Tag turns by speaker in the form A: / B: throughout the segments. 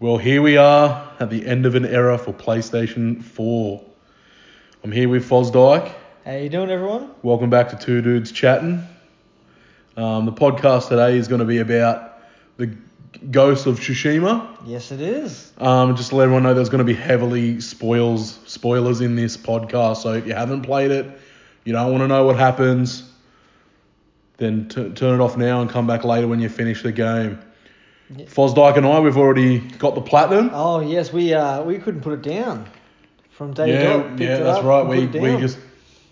A: Well, here we are at the end of an era for PlayStation 4. I'm here with Fosdyke.
B: How you doing, everyone?
A: Welcome back to Two Dudes Chatting. Um, the podcast today is going to be about the Ghost of Tsushima.
B: Yes, it is.
A: Um, just to let everyone know, there's going to be heavily spoils spoilers in this podcast. So if you haven't played it, you don't want to know what happens, then t- turn it off now and come back later when you finish the game.
B: Yeah.
A: Fosdyke and I, we've already got the platinum.
B: Oh yes, we uh we couldn't put it down from day
A: yeah,
B: dot. picked
A: yeah,
B: it
A: that's
B: up,
A: right.
B: put
A: We,
B: it
A: we
B: down.
A: just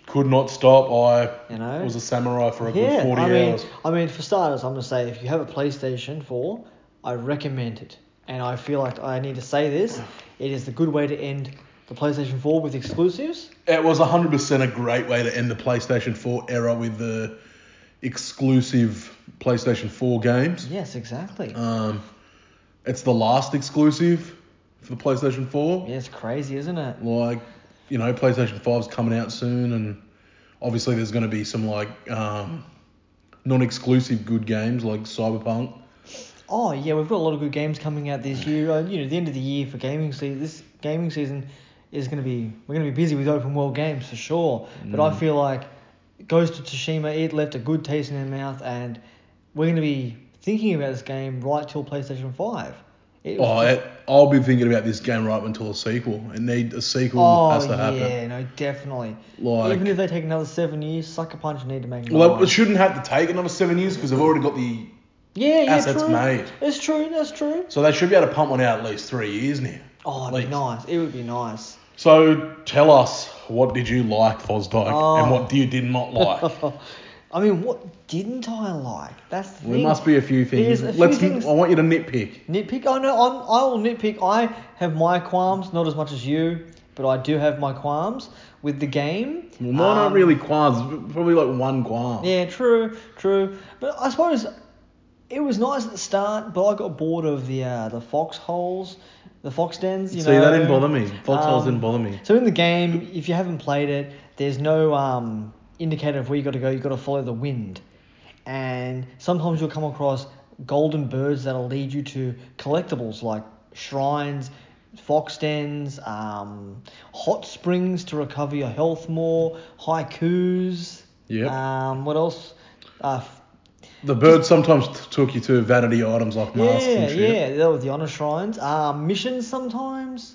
A: could not stop. I
B: You know?
A: was a samurai for a
B: yeah,
A: good 40
B: I mean,
A: hours.
B: I mean, for starters, I'm gonna say if you have a PlayStation 4, I recommend it, and I feel like I need to say this. It is the good way to end the PlayStation 4 with exclusives.
A: It was 100% a great way to end the PlayStation 4 era with the exclusive PlayStation 4 games.
B: Yes, exactly.
A: Um, it's the last exclusive for the PlayStation 4.
B: yeah, it's crazy, isn't it?
A: Like, you know, PlayStation 5's coming out soon, and obviously there's going to be some, like, um, non exclusive good games like Cyberpunk.
B: Oh yeah, we've got a lot of good games coming out this year. Uh, you know, the end of the year for gaming season. This gaming season is going to be we're going to be busy with open world games for sure. But
A: Mm.
B: I feel like Ghost of Tsushima it left a good taste in our mouth, and we're going to be thinking about this game right till PlayStation Five. It was
A: Oh,
B: just-
A: it, I'll be thinking about this game right until a sequel. It need a sequel
B: oh,
A: has to happen.
B: yeah, no, definitely.
A: Like-
B: Even if they take another seven years, sucker punch need to make.
A: Well,
B: nine.
A: it shouldn't have to take another seven years because they've already got the.
B: yeah, yeah,
A: assets
B: true.
A: made.
B: It's true. That's true.
A: So they should be able to pump one out at least three years now.
B: Oh, it'd be
A: Like-
B: nice. It would be nice.
A: So tell us, what did you like, Fosdyke,
B: Oh.
A: and what you did not like?
B: I mean, what didn't I like? That's the
A: there
B: thing.
A: must be a few things.
B: There's a few
A: Let's.
B: things-
A: I want you to nitpick.
B: nitpick. I know I'm, I will nitpick. I have my qualms, not as much as you, but I do have my qualms with the game.
A: Well, mine
B: Um,
A: aren't really qualms. Probably like one qualm.
B: Yeah, true, true. But I suppose it was nice at the start, but I got bored of the uh, the foxholes, the fox dens. You
A: See,
B: know. Um,
A: that didn't bother me. Foxholes didn't bother me.
B: So in the game, if you haven't played it, there's no um, indicator of where you got to go. You got to follow the wind, and sometimes you'll come across golden birds that'll lead you to collectibles like shrines, fox dens, um, hot springs to recover your health more, haikus.
A: Yep.
B: Um, what else? Uh, f-
A: The birds sometimes t- took you to vanity items like masks
B: yeah,
A: and shit.
B: yeah, that was the honor shrines. Um, missions sometimes.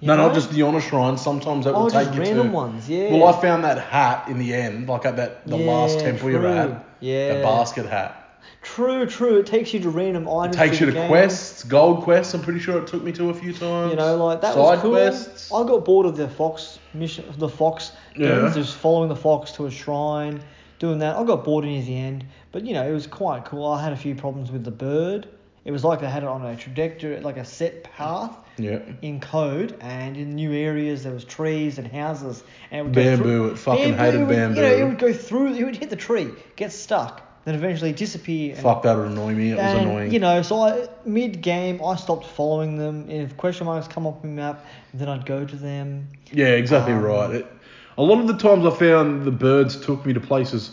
B: you
A: No,
B: know?
A: not just the honor shrine. Sometimes that
B: Oh,
A: will take
B: just
A: you
B: random
A: to.
B: ones, yeah.
A: Well, I found that hat in the end, like at that the last
B: Yeah,
A: temple you're
B: true.
A: at. The
B: Yeah.
A: basket hat.
B: True, true. It takes you to random
A: It
B: items.
A: takes you
B: through
A: to
B: the game.
A: quests, gold quests. I'm pretty sure it took me to a few times.
B: You know, like that
A: Side
B: was cool.
A: quests.
B: I got bored of the fox mission, the fox
A: Yeah.
B: things, just following the fox to a shrine, doing that. I got bored near the end, but you know, it was quite cool. I had a few problems with the bird. It was like they had it on a trajectory, like a set path
A: Yeah.
B: in code, and in new areas there was trees and houses, and it would
A: Bamboo,
B: Go through,
A: it fucking hated
B: would- You know,
A: bamboo.
B: it would go through. It would hit the tree, get stuck, then eventually disappear. and
A: Fuck, that would annoy me. It was
B: and,
A: annoying.
B: You know, so I mid game I stopped following them. And if question marks come up in the map, then I'd go to them.
A: yeah, exactly
B: um,
A: right. It, a lot of the times I found the birds took me to places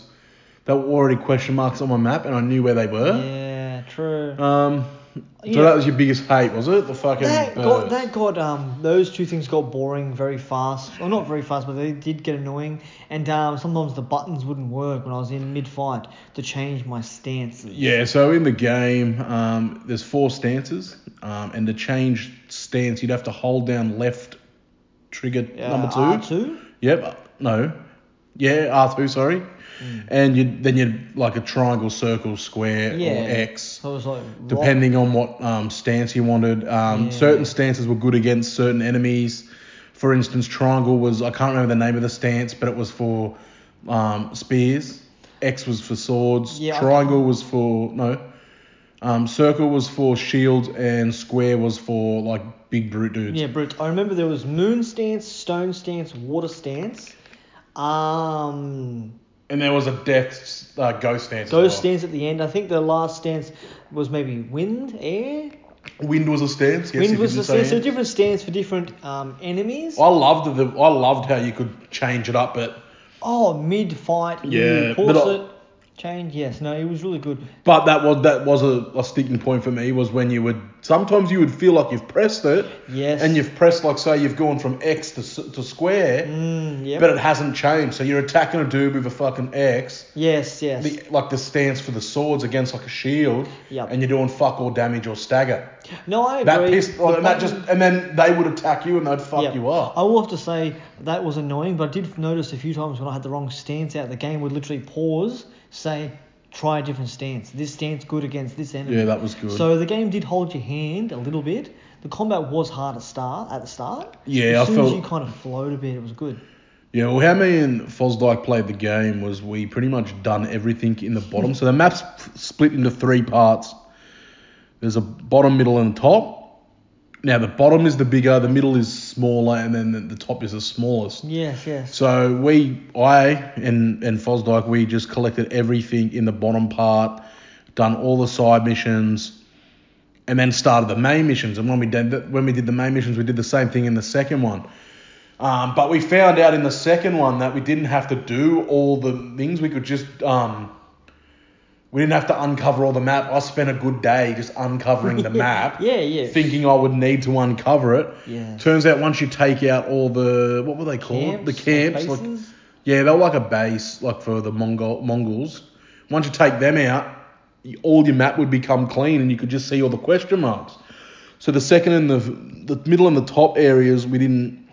A: that were already question marks on my map, and I knew where they were.
B: Yeah, true.
A: Um. So
B: Yeah.
A: that was your biggest hate, was it? The fucking
B: that got
A: birds.
B: that got um those two things got boring very fast. Well, not very fast, but they did get annoying. And um, sometimes the buttons wouldn't work when I was in mid fight to change my stances.
A: Yeah, so in the game, um, there's four stances, um, and to change stance, you'd have to hold down left trigger
B: Uh,
A: number 2
B: R2?
A: Yep, uh, no, yeah, R two, sorry. And you then you'd like a triangle, circle, square,
B: Yeah.
A: or X,
B: So it was like rock-
A: depending on what um, stance you wanted. Um,
B: Yeah.
A: Certain stances were good against certain enemies. For instance, triangle was I can't remember the name of the stance, but it was for um, spears. X was for swords.
B: Yeah, I
A: triangle was for no. Um, circle was for shields, and square was for like big brute dudes.
B: Yeah, Brute. I remember there was moon stance, stone stance, water stance. Um,
A: And there was a death uh, ghost stance. as
B: Ghost
A: well.
B: stance at the end. I think the last stance was maybe wind, air.
A: Wind was a stance. Yes,
B: wind
A: it
B: was
A: is
B: the
A: a
B: stance. So different stance for different um, enemies.
A: I loved the I loved how you could change it up, but
B: Oh, mid fight,
A: Yeah,
B: you pause
A: but I-
B: it. Change, yes. No, it was really good.
A: But that was that was a, a sticking point for me was when you would sometimes you would feel like you've pressed it
B: Yes.
A: and you've pressed like say you've gone from X to s- to square,
B: Mm, yep.
A: but it hasn't changed. So you're attacking a dude with a fucking X,
B: yes, yes.
A: the, like the stance for the swords against like a shield,
B: Yep.
A: and you're doing fuck all damage or stagger.
B: no, I agree.
A: That pissed
B: The
A: like, and that
B: button-
A: just and then they would attack you and they'd fuck
B: Yep. Uh,
A: you up.
B: I will have to say that was annoying, but I did notice a few times when I had the wrong stance out, the game would literally pause, say, try a different stance. This stance good against this enemy.
A: Yeah, that was good.
B: So the game did hold your hand a little bit. The combat was hard at start at the start.
A: Yeah,
B: as
A: I
B: soon as
A: felt-
B: you kind of flowed a bit, it was good.
A: Yeah, well, how me and Fosdyke played the game was we pretty much done everything in the bottom. So the map's f- split into three parts. There's a bottom, middle, and top. Now the bottom is the bigger, the middle is smaller, and then the, the top is the smallest.
B: Yes, yes.
A: So we, I and and Fosdyke, we just collected everything in the bottom part, done all the side missions, and then started the main missions. And when we did the, when we did the main missions, we did the same thing in the second one. Um, but we found out in the second one that we didn't have to do all the things. We could just um, we didn't have to uncover all the map. I spent a good day just uncovering the map,
B: Yeah, yeah.
A: thinking I would need to uncover it.
B: yeah.
A: Turns out once you take out all the what were they called? the camps.
B: or
A: like-
B: bases?
A: yeah, they were like a base, like for the Mongol Mongols. Once you take them out, y- all your map would become clean, and you could just see all the question marks. So the second and the the middle and the top areas, we didn't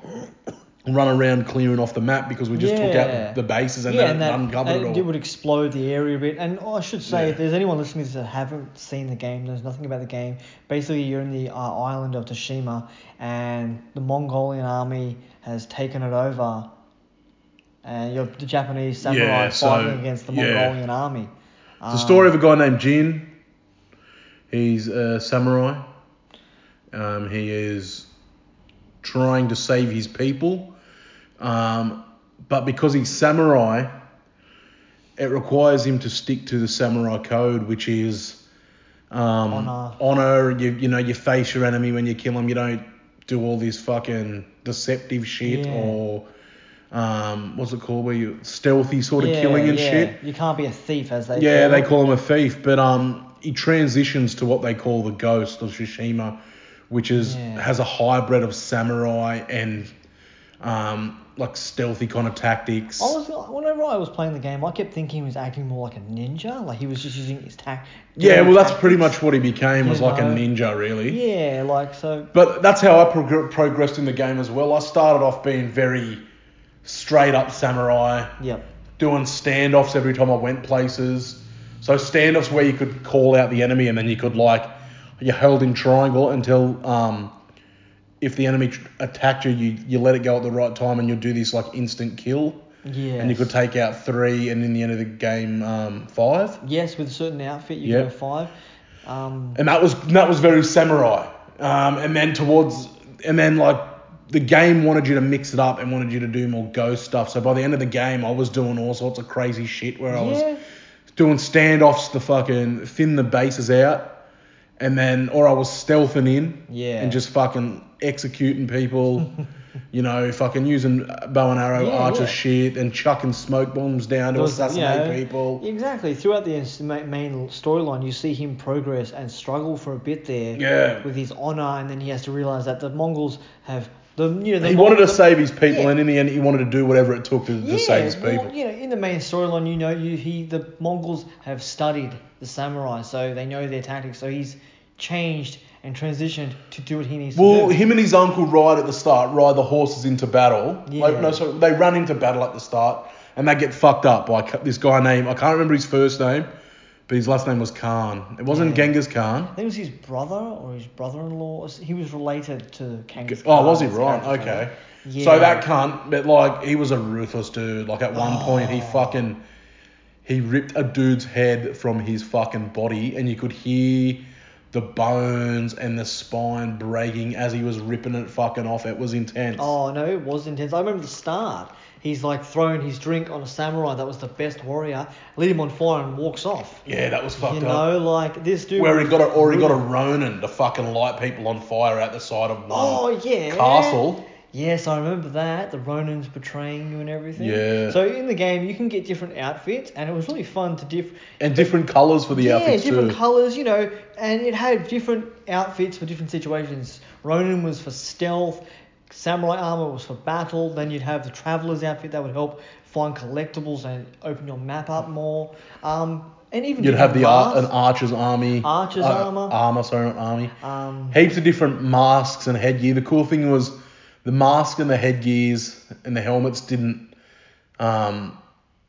A: run around clearing off the map because we just took
B: Yeah.
A: out the bases and
B: yeah,
A: then
B: and that, uh,
A: uncovered
B: that-
A: it all.
B: would explode the area a bit. And I should say,
A: Yeah.
B: if there's anyone listening to this that haven't seen the game, there's nothing about the game. Basically, you're in the uh, island of Tashima, and the Mongolian army has taken it over. And you're the Japanese samurai
A: Yeah, so-
B: fighting against the
A: yeah.
B: Mongolian army. Um,
A: It's the
B: Ah.
A: story of a guy named Jin. He's a samurai. Um, he is trying to save his people. Um, but because he's samurai, it requires him to stick to the samurai code, which is um,
B: Honor.
A: honor, you, you know, you face your enemy when you kill him. You don't do all this fucking deceptive shit
B: Yeah.
A: or um, what's it called? Where you stealthy sort of
B: Yeah,
A: killing and
B: yeah.
A: shit.
B: You can't be a thief, as they
A: Yeah,
B: call
A: they
B: it.
A: call him a thief, but um, he transitions to what they call the ghost of Tsushima, which is
B: Yeah.
A: has a hybrid of samurai and um, like stealthy kind of tactics.
B: I was whenever I was playing the game, I kept thinking he was acting more like a ninja, like he was just using his tac.
A: yeah,
B: doing
A: well, that's
B: tactics.
A: pretty much what he became was
B: You
A: like a
B: know.
A: ninja, really.
B: Yeah, like so.
A: But that's how I prog- progressed in the game as well. I started off being very straight up samurai,
B: Yep.
A: doing standoffs every time I went places. So standoffs where you could call out the enemy and then you could like you held in triangle until um, if the enemy tr- attacked you, you you let it go at the right time and you'll do this like instant kill
B: Yeah.
A: and you could take out three and in the end of the game um, five.
B: Yes, with a certain outfit, you
A: Yep.
B: go five. Um,
A: and that was that was very samurai. Um, and then towards and then like the game wanted you to mix it up and wanted you to do more ghost stuff. So by the end of the game, I was doing all sorts of crazy shit where I
B: Yeah.
A: was doing standoffs to fucking thin the bases out, and then or I was stealthing in
B: Yeah.
A: and just fucking executing people. You know, fucking using bow and arrow,
B: Yeah,
A: archer
B: yeah.
A: shit, and chucking smoke bombs down to
B: Those, you
A: assassinate
B: know,
A: people.
B: Exactly. Throughout the ins- ma- main storyline, you see him progress and struggle for a bit there.
A: Yeah.
B: With his honor, and then he has to realize that the Mongols have the you know the
A: he
B: Mon-
A: wanted to
B: the-
A: save his people,
B: Yeah.
A: and in the end, he wanted to do whatever it took to, to save his
B: well,
A: people.
B: you know, in the main storyline, you know, you he the Mongols have studied the samurai, so they know their tactics. So he's changed and transitioned to do what he needs
A: Well,
B: to do.
A: him and his uncle ride at the start, ride the horses into battle.
B: Yeah.
A: Like, no, sorry, they run into battle at the start, and they get fucked up by ca- this guy named I can't remember his first name, but his last name was Khan. It wasn't
B: Yeah.
A: Genghis
B: I
A: Khan.
B: think it was his brother or his brother-in-law. He was related to Kangas.
A: Oh, was he right? Okay. So
B: Yeah.
A: that cunt, but like he was a ruthless dude. Like at one point, he
B: Oh.
A: fucking he ripped a dude's head from his fucking body, and you could hear the bones and the spine breaking as he was ripping it fucking off. It was intense.
B: Oh no, it was intense. I remember the start. He's like throwing his drink on a samurai that was the best warrior, lit him on fire and walks off.
A: Yeah, that was fucked up.
B: You know, like this dude.
A: Where he got a, or he got a
B: Brutal.
A: Ronin to fucking light people on fire out the side of one
B: Oh yeah.
A: castle.
B: Yes, I remember that. The Ronins betraying you and everything.
A: Yeah.
B: So in the game, you can get different outfits, and it was really fun to diff.
A: And different colours for the
B: yeah,
A: outfits
B: different
A: too.
B: colors, you know, and it had different outfits for different situations. Ronin was for stealth, samurai armor was for battle. Then you'd have the traveler's outfit that would help find collectibles and open your map up more. Um, and even
A: You'd have
B: different
A: the ar- an
B: masks.
A: archer's army. Uh,
B: Archer's armour.
A: Armour, sorry, not army.
B: Um,
A: Heaps of different masks and headgear. The cool thing was the mask and the headgears and the helmets didn't um,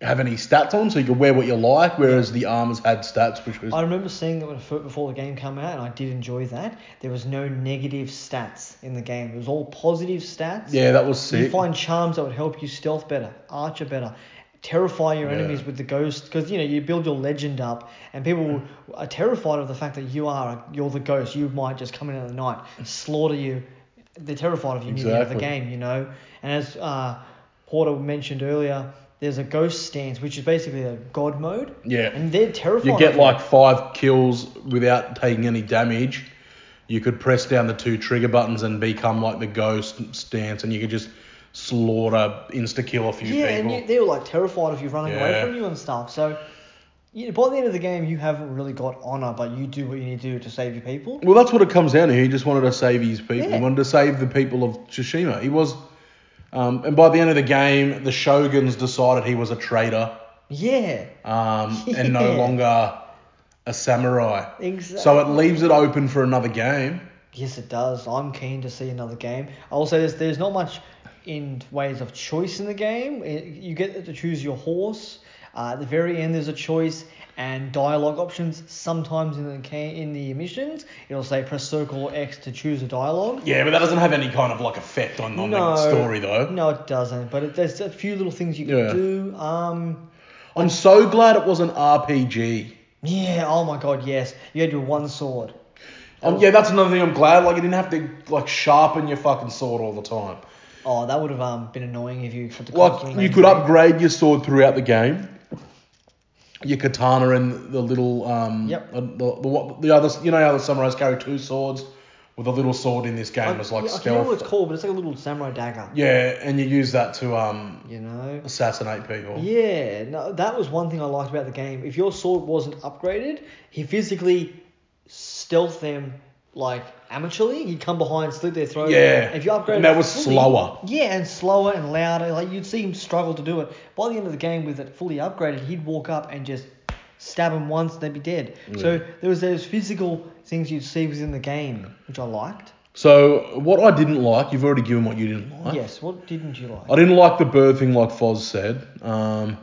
A: have any stats on them, so you could wear what you like, whereas the armors had stats, which was.
B: I remember seeing that when fir- before the game came out, and I did enjoy that. There was no negative stats in the game; it was all positive stats.
A: yeah, that was
B: You
A: sick.
B: find charms that would help you stealth better, archer better, terrify your
A: Yeah.
B: enemies with the ghost. Because you know you build your legend up, and people
A: Hmm.
B: are terrified of the fact that you are you're the ghost. You might just come in at the night, slaughter you. They're terrified of you near the end of the
A: Exactly.
B: game, you know. And as uh, Porter mentioned earlier, there's a ghost stance, which is basically a god mode.
A: Yeah.
B: And they're terrified.
A: you
B: of
A: get
B: you.
A: like five kills without taking any damage. You could press down the two trigger buttons and become like the ghost stance, and you could just slaughter, insta kill a few
B: yeah,
A: people.
B: and you, they were like terrified of you running away
A: Yeah.
B: from you and stuff. So, you, by the end of the game, you haven't really got honor, but you do what you need to do to save your people.
A: Well, that's what it comes down to. He just wanted to save his people.
B: Yeah.
A: He wanted to save the people of Tsushima. He was, um, and by the end of the game, the shoguns decided he was a traitor
B: Yeah,
A: um, and no
B: Yeah.
A: longer a samurai.
B: exactly.
A: So it leaves it open for another game.
B: yes, it does. I'm keen to see another game. I'll say this: there's not much in ways of choice in the game. It- you get to choose your horse. Uh, at the very end, there's a choice and dialogue options. Sometimes in the ca- in the missions, it'll say press circle or X to choose a dialogue.
A: Yeah, but that doesn't have any kind of like effect on, on
B: No.
A: the story though.
B: No, it doesn't. But it, there's a few little things you can
A: Yeah.
B: do. Um,
A: I'm so glad it was an RPG.
B: yeah. Oh my God, yes. You had your one sword.
A: Um, yeah, that's another thing I'm glad. Like you didn't have to like sharpen your fucking sword all the time.
B: Oh, that would have um been annoying if you had to
A: Like
B: constantly
A: you could
B: maintain-
A: upgrade your sword throughout the game. Your katana and the little um
B: Yep.
A: the, the, the what the other you know how the samurais carry two swords with a little sword in this game was like
B: yeah, I can't remember what
A: stealth.
B: it's called, but it's like a little samurai dagger.
A: yeah, and you use that to um
B: You know.
A: assassinate people.
B: Yeah. No, that was one thing I liked about the game. If your sword wasn't upgraded, he physically stealth them like amateurly. He'd come behind, slit their throat.
A: Yeah.
B: If you upgraded,
A: And that was
B: fully-
A: slower.
B: Yeah, and slower and louder. Like you'd see him struggle to do it. By the end of the game, with it fully upgraded, he'd walk up and just stab him once, they'd be dead. So there was those physical things you'd see within the game, which I liked.
A: So what I didn't like, you've already given what you didn't like.
B: Yes. What didn't you like?
A: I didn't like the bird thing, like Foz said. Um,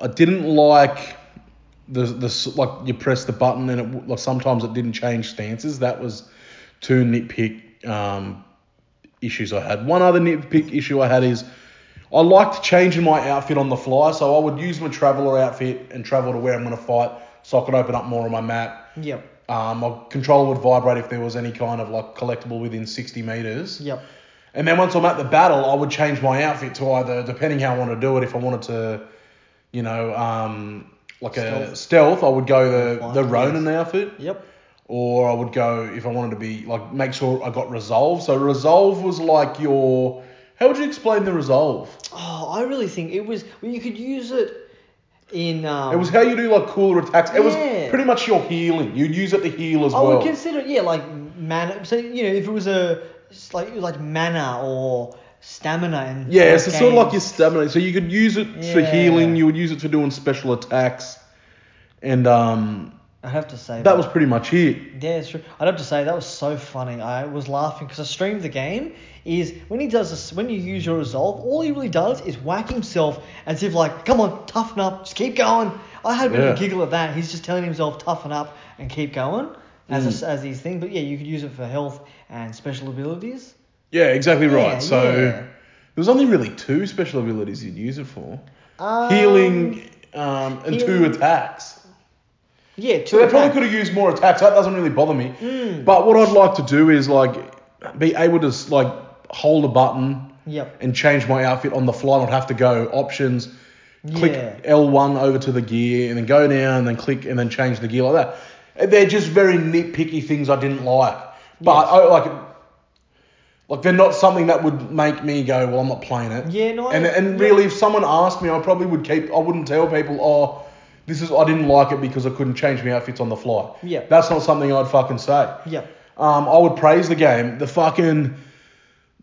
A: I didn't like the the s- like you press the button and it w- like sometimes it didn't change stances. That was two nitpick um, issues I had. One other nitpick issue I had is I liked changing my outfit on the fly, so I would use my traveler outfit and travel to where I'm going to fight, so I could open up more of my map.
B: Yep.
A: Um, my controller would vibrate if there was any kind of like collectible within 60 meters.
B: Yep.
A: And then once I'm at the battle, I would change my outfit to either, depending how I want to do it, if I wanted to, you know, um, like a
B: Stealth.
A: stealth, I would go the, the
B: Fine,
A: Ronin outfit.
B: Yep.
A: Or I would go, if I wanted to be, like, make sure I got Resolve. So Resolve was like your. How would you explain the Resolve?
B: Oh, I really think it was. Well, you could use it in. Um,
A: It was how you do, like, cooler attacks. It was
B: Yeah.
A: pretty much your healing. You'd use it to heal as
B: I
A: well.
B: would consider it, yeah, like mana. So you know, if it was a it's like like mana or stamina and
A: yeah, it's sort of like your stamina. So you could use it for
B: Yeah.
A: healing, you would use it for doing special attacks. And, um,.
B: I have to say
A: That was pretty much it.
B: Yeah, it's true. I'd have to say that was so funny. I was laughing because I streamed the game. Is when he does this, when you use your resolve, all he really does is whack himself as if like, come on, toughen up, just keep going. I had a bit of a
A: Yeah.
B: giggle at that. He's just telling himself toughen up and keep going as
A: Hmm.
B: a, as his thing. But yeah, you could use it for health and special abilities.
A: Yeah, exactly
B: Yeah,
A: right. So
B: yeah.
A: there was only really two special abilities you'd use it for:
B: Um,
A: healing um, and two
B: healing.
A: attacks.
B: Yeah, two. Hmm.
A: So they probably
B: attack-
A: could have used more attacks. That doesn't really bother me. But what I'd like to do is like be able to s- like hold a button
B: Yep.
A: and change my outfit on the fly. I'd have to go options, click
B: Yeah.
A: L1 over to the gear, and then go down, and then click, and then change the gear like that. They're just very nitpicky things I didn't like. But
B: Yes.
A: I, like, Like they're not something that would make me go, well, I'm not playing it.
B: Yeah, no, I-
A: And and
B: yeah.
A: really, if someone asked me, I probably would keep. I wouldn't tell people, oh, this is I didn't like it because I couldn't change my outfits on the fly.
B: Yeah.
A: That's not something I'd fucking say.
B: Yep.
A: Um, I would praise the game. The fucking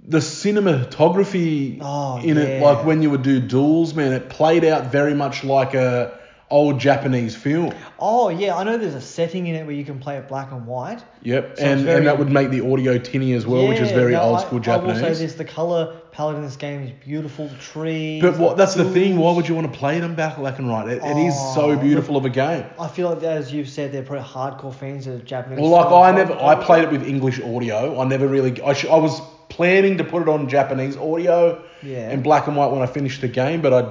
A: the cinematography
B: Oh,
A: in it,
B: yeah.
A: like when you would do duels, man, it played out very much like a old Japanese film.
B: Oh yeah, I know there's a setting in it where you can play it black and white.
A: Yep,
B: So
A: and
B: it's very-
A: and that would make the audio tinny as well, which is
B: Yeah,
A: very
B: no,
A: old
B: I-
A: school
B: I will say
A: Japanese.
B: this: the color palette in this game is beautiful. The trees.
A: But what, that's the thing. Why
B: duels.
A: would you want to play them back black and right? It, it is so
B: Oh,
A: beautiful of a game.
B: I feel like, as you've said, they're probably hardcore fans of Japanese.
A: Well, like
B: film.
A: I never, I played it with English audio. I never really, I, sh- I was planning to put it on Japanese audio
B: Yeah.
A: in black and white when I finished the game, but I,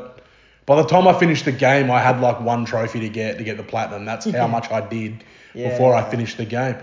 A: by the time I finished the game, I had like one trophy to get to get the platinum. That's how much I did before I
B: Yeah.
A: finished the game.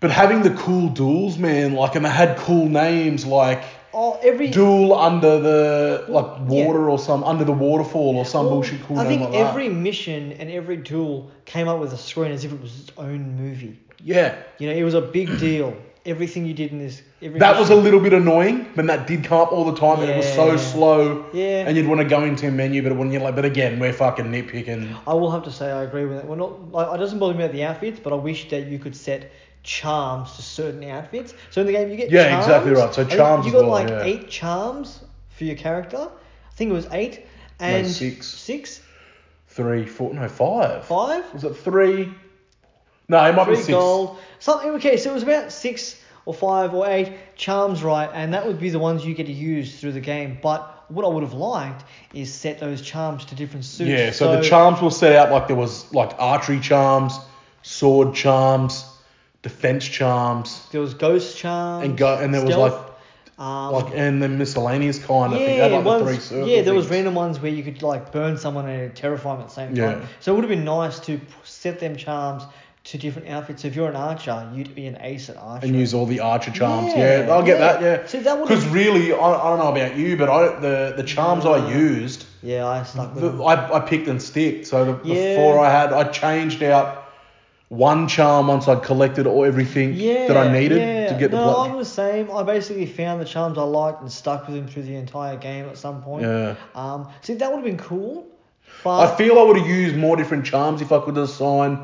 A: But having the cool duels, man, like, and they had cool names like
B: Oh, every
A: duel under the like
B: Yeah.
A: water or some under the waterfall or some
B: Well,
A: bullshit cool
B: I
A: name
B: think
A: like that.
B: every mission and every duel came up with a screen as if it was its own movie.
A: Yeah.
B: You know, it was a big deal. Everything you did in this, every
A: That was a
B: mission-
A: little bit annoying, but that did come up all the time. and It was so
B: Yeah.
A: slow,
B: Yeah.
A: and you'd want to go into a menu, but it wouldn't. You're like, but again, we're fucking nitpicking.
B: I will have to say I agree with it. Well, not like, it doesn't bother me about the outfits, but I wish that you could set charms to certain outfits. So in the game you get
A: Yeah,
B: charms.
A: exactly right. So
B: I think
A: charms
B: You
A: as
B: got
A: well,
B: like
A: yeah.
B: eight charms for your character. I think it was eight and
A: six.
B: six,
A: Three, four, no, five.
B: five,
A: Was it three? No, it might
B: three
A: be six.
B: gold, something. Okay, so it was about six or five or eight charms, right? And that would be the ones you get to use through the game. But what I would have liked is set those charms to different suits.
A: Yeah, so, the charms were set out like there was like archery charms, sword charms, defense charms,
B: There was ghost charms.
A: and go, and there was
B: stealth,
A: like
B: um,
A: like and the miscellaneous kind. I think they
B: Yeah,
A: had like the
B: ones-
A: three circle
B: yeah, there was
A: things.
B: random ones where you could like burn someone and terrify them at the same time.
A: Yeah.
B: So it would have been nice to p- set them charms to different outfits. So if you're an archer, you'd be an ace at archery.
A: and use all the archer charms. Yeah,
B: Yeah,
A: I'll get
B: yeah.
A: that. Yeah,
B: See, that would've-
A: because really, I, I don't know about you, but I the the charms I used,
B: yeah, I stuck with.
A: the,
B: them.
A: I, I picked and sticked. So the,
B: Yeah.
A: before I had, I changed out one charm once I'd collected all everything
B: yeah,
A: that I needed
B: yeah.
A: to get the
B: no,
A: plot.
B: I'm the same. I basically found the charms I liked and stuck with them through the entire game at some point.
A: Yeah.
B: Um, see, that would have been cool,
A: I
B: but
A: feel I would have used more different charms if I could assign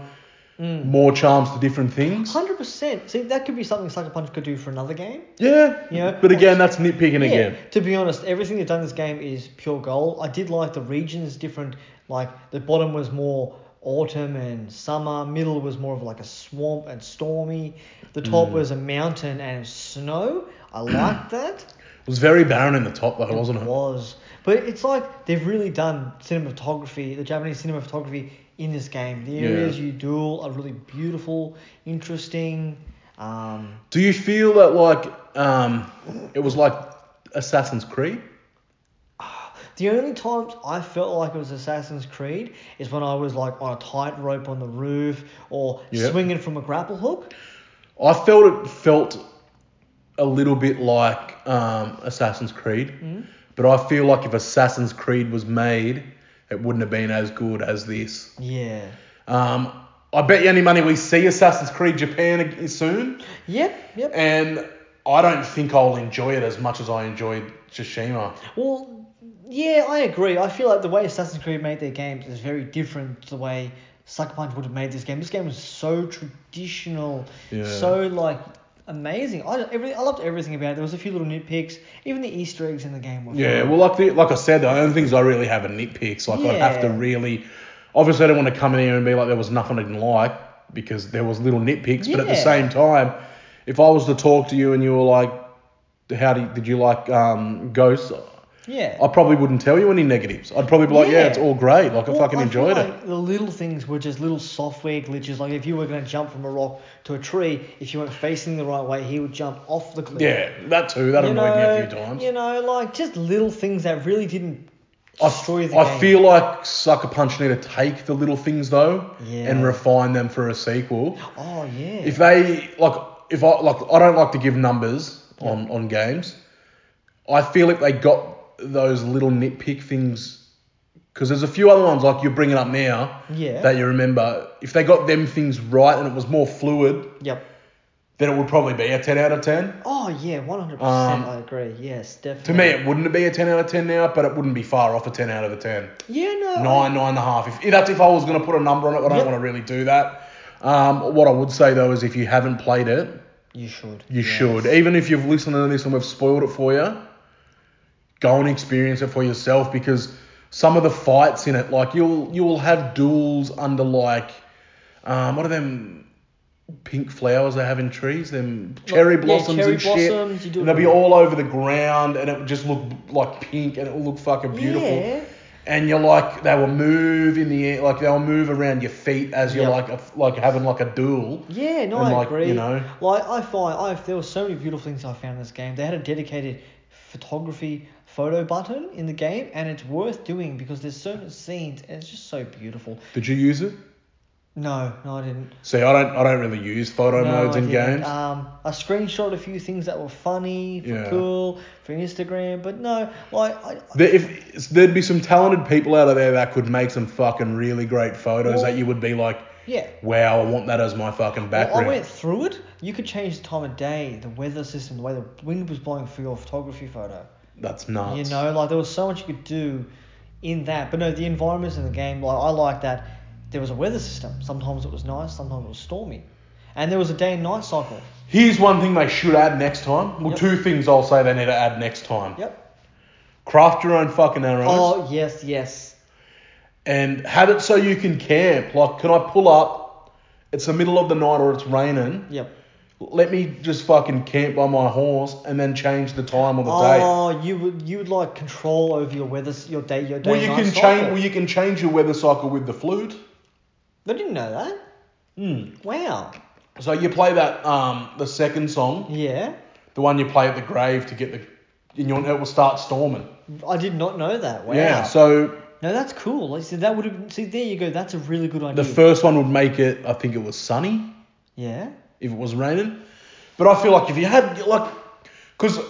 A: more charms to different things.
B: hundred percent. See, that could be something Sucker Punch could do for another game.
A: Yeah,
B: You know,
A: but again, that's nitpicking again.
B: To be honest, everything they've done in this game is pure gold. I did like the regions different. Like the bottom was more autumn and summer. Middle was more of like a swamp and stormy. The top
A: Mm.
B: was a mountain and snow. I liked that.
A: It was very barren in the top though, wasn't it?
B: Was. But it's like they've really done cinematography, the Japanese cinematography in this game. The
A: Yeah.
B: areas you duel are really beautiful, interesting. Um,
A: Do you feel that like um, it was like Assassin's Creed?
B: The only times I felt like it was Assassin's Creed is when I was like on a tightrope on the roof or
A: Yep.
B: swinging from a grapple hook.
A: I felt it felt a little bit like um, Assassin's Creed, but I feel like if Assassin's Creed was made, it wouldn't have been as good as this.
B: Yeah.
A: Um, I bet you any money we see Assassin's Creed Japan ag- soon,
B: Yep, yep.
A: and I don't think I'll enjoy it as much as I enjoyed Tsushima.
B: Well, yeah, I agree. I feel like the way Assassin's Creed made their games is very different to the way Sucker Punch would have made this game. This game was so traditional,
A: Yeah.
B: so like amazing. I, every, I loved everything about it. There was a few little nitpicks. Even the Easter eggs in the game were
A: Yeah,
B: fun.
A: well, like the, like I said, the only things I really have are nitpicks. Like I'd have to
B: Yeah.
A: really, obviously, I don't want to come in here and be like there was nothing I didn't like because there was little nitpicks. But at the
B: Yeah.
A: same time, if I was to talk to you and you were like, "How do you, did you like um, Ghosts?"
B: Yeah.
A: I probably wouldn't tell you any negatives. I'd probably be like, "Yeah,
B: Yeah.
A: it's all great. Like I
B: Well,
A: fucking
B: feel
A: enjoyed it."
B: like The little things were just little software glitches. Like if you were going to jump from a rock to a tree, if you weren't facing the right way, he would jump off the cliff.
A: Yeah, that too. That
B: You
A: annoyed me a few
B: know,
A: times.
B: You know, like just little things that really didn't
A: I-
B: destroy the
A: I
B: game.
A: feel like Sucker Punch need to take the little things though
B: Yeah.
A: and refine them for a sequel.
B: Oh yeah.
A: If they like, if I like, I don't like to give numbers on on games. I feel like they got those little nitpick things because there's a few other ones like you're bringing up now
B: Yeah.
A: that you remember. If they got them things right and it was more fluid,
B: yep.
A: then it would probably be a 10 out of 10.
B: Oh yeah, one hundred
A: Um,
B: percent. I agree. Yes, definitely.
A: To me, it wouldn't be a 10 out of 10 now, but it wouldn't be far off a 10 out of a 10.
B: yeah, no. I-
A: Nine, nine and a half. If, that's if I was going to put a number on it, but I
B: Yep.
A: don't want to really do that. Um, what I would say, though, is if you haven't played it,
B: You should.
A: you
B: Yes.
A: should. Even if you've listened to this and we've spoiled it for you, go and experience it for yourself because some of the fights in it, like you'll you'll have duels under like um, what are them pink flowers they have in trees? Them cherry
B: yeah,
A: blossoms
B: cherry
A: and shit.
B: blossoms, you do
A: and they'll
B: it
A: be
B: all-
A: all over the ground and it would just look like pink and it will look fucking beautiful.
B: Yeah.
A: And you're like they will move in the air, like they'll move around your feet as you're
B: Yep.
A: like a, like having like a duel.
B: Yeah, no,
A: And,
B: I
A: like, you
B: agree.
A: know-
B: like I find I there were so many beautiful things I found in this game. They had a dedicated photography photo button in the game, and it's worth doing because there's certain scenes and it's just so beautiful.
A: Did you use it?
B: No, no, I didn't.
A: See, I don't I don't really use photo
B: no,
A: modes
B: I
A: in
B: didn't.
A: games.
B: Um, I screenshot a few things that were funny, for
A: Yeah.
B: cool, for Instagram, but no, like I,
A: There if there'd be some talented people out of there that could make some fucking really great photos
B: Well-
A: that you would be like,
B: yeah.
A: wow, I want that as my fucking
B: Well,
A: background.
B: I went through it. You could change the time of day, the weather system, the way the wind was blowing for your photography photo.
A: That's nuts.
B: You know, like there was so much you could do in that. But no, the environments in the game, like I like that there was a weather system. Sometimes it was nice, sometimes it was stormy. And there was a day and night cycle.
A: Here's one thing they should add next time. Well,
B: Yep.
A: two things I'll say they need to add next time.
B: Yep.
A: Craft your own fucking arrows
B: Oh yes, yes.
A: and have it so you can camp. Like, can I pull up? It's the middle of the night or it's raining.
B: Yep.
A: Let me just fucking camp by my horse and then change the time or the day.
B: Oh, you would you would like control over your weather, s- your day, your day
A: Well,
B: and
A: you
B: night
A: can
B: cycle.
A: change. Well, you can change your weather cycle with the flute.
B: I didn't know that. Hmm. Wow.
A: So you play that um the second song,
B: Yeah.
A: the one you play at the grave to get the, and you'll, it will start storming.
B: I did not know that. Wow.
A: Yeah. So
B: no, that's cool. Like, see, that would have. See, there you go. That's a really good idea.
A: the first one would make it. I think it was sunny
B: yeah.
A: if it was raining, but I feel like if you had like, because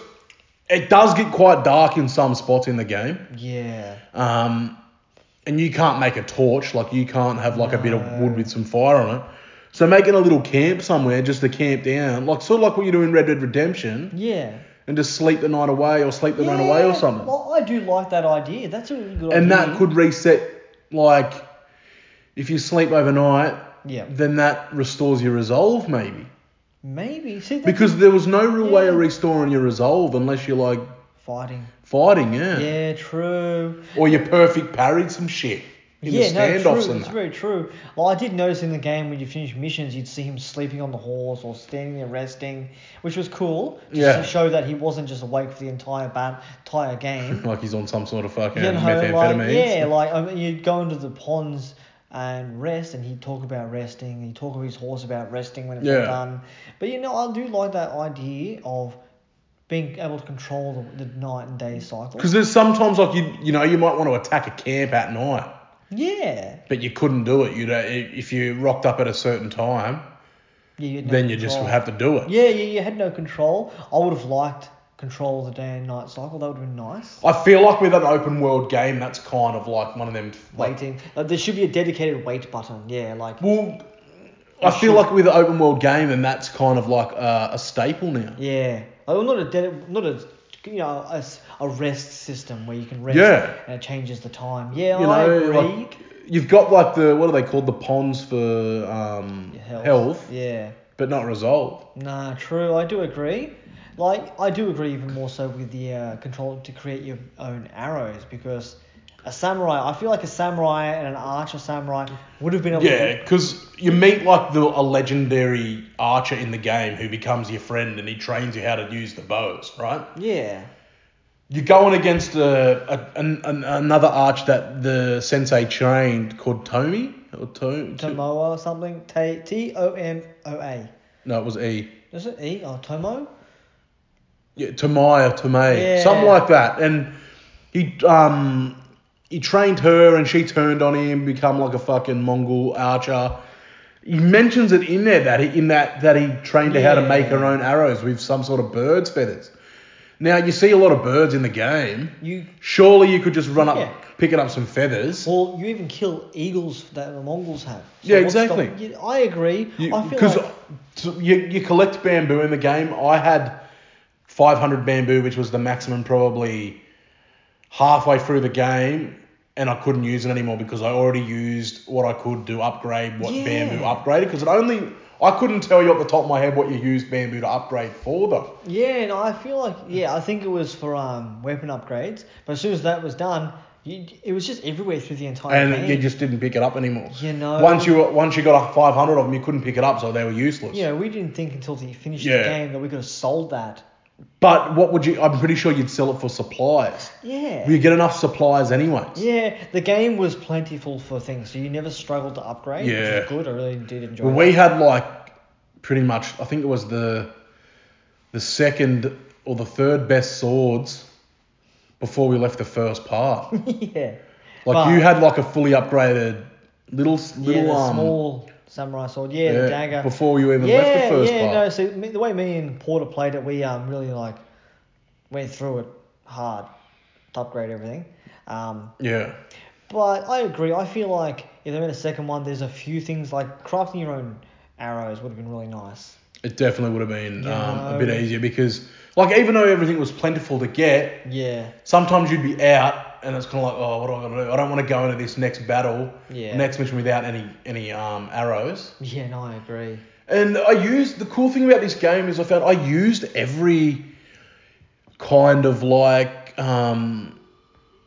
A: it does get quite dark in some spots in the game.
B: Yeah.
A: Um, and you can't make a torch, like you can't have like a bit of wood with some fire on it. So making a little camp somewhere just to camp down, like sort of like what you do in Red Dead Redemption,
B: Yeah.
A: and just sleep the night away or sleep the night away or something.
B: Well, I do like that idea. That's a really good
A: and
B: idea.
A: that could reset, like if you sleep overnight,
B: Yeah.
A: then that restores your resolve maybe.
B: Maybe. See, that's
A: Because there was no real way of
B: Yeah.
A: restoring your resolve unless you're like
B: Fighting.
A: fighting, yeah,
B: Yeah, true.
A: or you perfect parried some shit in
B: yeah,
A: the standoffs
B: no, true.
A: and
B: It's
A: that.
B: very true. Well, I did notice in the game when you finish missions, you'd see him sleeping on the horse or standing there resting, which was cool. Just
A: Yeah.
B: to show that he wasn't just awake for the entire bat- entire game.
A: Like he's on some sort of fucking
B: you know, like,
A: methamphetamines.
B: yeah, like I mean, you'd go into the ponds and rest, and he'd talk about resting, and he'd talk with his horse about resting when it's all
A: Yeah.
B: done. But you know, I do like that idea of being able to control the, the night and day cycle.
A: Because there's sometimes like you you know you might want to attack a camp at night,
B: Yeah,
A: but you couldn't do it. You know if you rocked up at a certain time,
B: yeah you had no
A: then you just
B: control.
A: have to do it.
B: Yeah, yeah, you had no control. I would have liked control of the day and night cycle. That would have been nice.
A: I feel like with an open world game, that's kind of like one of them. Like,
B: Waiting. Like, there should be a dedicated wait button. Yeah, like
A: well, I feel
B: should-
A: like with an open world game, and that's kind of like uh, a staple now.
B: Yeah. Oh, well, not a de- not a you know a, s- a rest system where you can rest
A: Yeah.
B: and it changes the time. Yeah,
A: You
B: I
A: know,
B: agree.
A: like you've got like the what are they called the ponds for um,
B: Your
A: health.
B: Yeah.
A: but not resolve.
B: Nah, true. I do agree. Like I do agree even more so with the uh, control to create your own arrows because a samurai. I feel like a samurai and an archer samurai would have been able.
A: Yeah,
B: To,
A: because you meet like the a legendary archer in the game who becomes your friend and he trains you how to use the bows, right?
B: yeah.
A: You're going against a, a an, an, another arch that the sensei trained called Tomi or to, to,
B: Tomoa or something. T T O M O A.
A: no, it was E.
B: Is it E? Oh, Tomo.
A: Yeah, Tomaya, Tomei,
B: Yeah.
A: something like that. And he um he trained her and she turned on him, become like a fucking Mongol archer. He mentions it in there that he, in that that he trained her how to make her
B: Yeah.
A: own arrows with some sort of bird's feathers. Now you see a lot of birds in the game.
B: You
A: Surely you could just run up,
B: Yeah.
A: picking up some feathers.
B: Well, you even kill eagles that the Mongols have.
A: Yeah,
B: what's
A: exactly.
B: stopping- yeah, I agree. I feel
A: Because
B: like
A: you, you collect bamboo in the game. I had 500 bamboo, which was the maximum probably halfway through the game, and I couldn't use it anymore because I already used what I could to upgrade what
B: Yeah.
A: bamboo upgraded. Because it only I couldn't tell you off the top of my head what you used bamboo to upgrade for though.
B: yeah, no, I feel like yeah, I think it was for um weapon upgrades. But as soon as that was done, you, it was just everywhere through the entire
A: And
B: game.
A: you just didn't pick it up anymore.
B: You know-
A: Once you once you got a 500 of them, you couldn't pick it up, so they were useless.
B: you know, we didn't think until the finished
A: Yeah.
B: the game that we could have sold that.
A: But what would you? I'm pretty sure you'd sell it for supplies.
B: Yeah.
A: You get enough supplies anyways.
B: Yeah, the game was plentiful for things, so you never struggled to upgrade.
A: Yeah.
B: which was good. I really did enjoy.
A: Well,
B: it.
A: we had like pretty much. I think it was the the second or the third best swords before we left the first part. Like
B: yeah. But-
A: you had like a fully upgraded little s-
B: yeah,
A: little
B: the
A: um,
B: small samurai sword. Yeah,
A: yeah,
B: the dagger.
A: before you even
B: yeah,
A: left the first
B: yeah.
A: part.
B: No, so me- the way me and Porter played it, we um really like went through it hard to upgrade everything. Um,
A: Yeah,
B: but I agree. I feel like if they made a second one, there's a few things like crafting your own arrows would have been really nice.
A: it definitely would have been um, a bit
B: No.
A: easier because like even though everything was plentiful to get,
B: Yeah.
A: sometimes you'd be out and it's kind of like, oh, what do I gotta do? I don't want to go into this next battle,
B: Yeah.
A: next mission without any any um, arrows.
B: Yeah, no, I agree.
A: And I used the cool thing about this game is I found I used every kind of like um,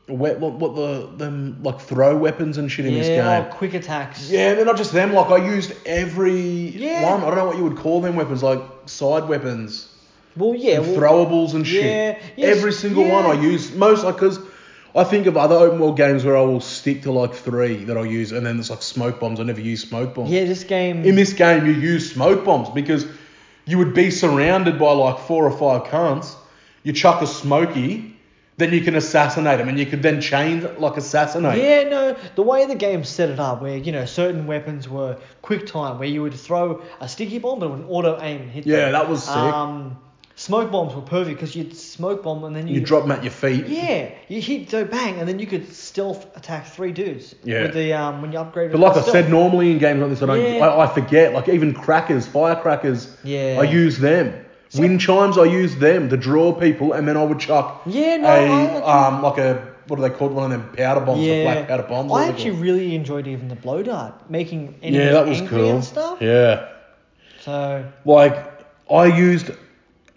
A: we- what what the them like throw weapons and shit in this
B: Yeah,
A: game.
B: oh, quick attacks.
A: Yeah, and they're not just them. Like I used every
B: Yeah.
A: one. I don't know what you would call them weapons, like side weapons
B: Well, yeah.
A: and
B: Well,
A: throwables and shit.
B: yeah, yes,
A: Every single one I
B: yeah.
A: use. Most like because I think of other open world games where I will stick to like three that I'll use, and then it's like smoke bombs. I never use smoke bombs.
B: yeah, this game.
A: In this game, you use smoke bombs because you would be surrounded by like four or five cunts. You chuck a smoky, then you can assassinate them, and you could then chain like assassinate.
B: Yeah, no, the way the game set it up, where you know certain weapons were quick time, where you would throw a sticky bomb but it would auto aim and hit.
A: Yeah,
B: them.
A: that was sick.
B: Um, smoke bombs were perfect because you'd smoke bomb and then you,
A: You drop them at your feet.
B: Yeah, you hit so bang and then you could stealth attack three dudes.
A: Yeah.
B: With the um when you upgrade.
A: But like I
B: stealth.
A: said, normally in games like this, I don't.
B: Yeah.
A: I, I forget. Like even crackers, firecrackers.
B: Yeah.
A: I use them. Wind chimes, I use them to draw people, and then I would chuck.
B: Yeah, no,
A: a,
B: I-
A: um, like a what do they called one of them powder bombs, the black powder bombs. what
B: I
A: are they
B: actually
A: called?
B: really enjoyed even the blow dart, making enemies
A: yeah, that was
B: angry
A: cool.
B: and stuff.
A: Yeah,
B: So
A: like I used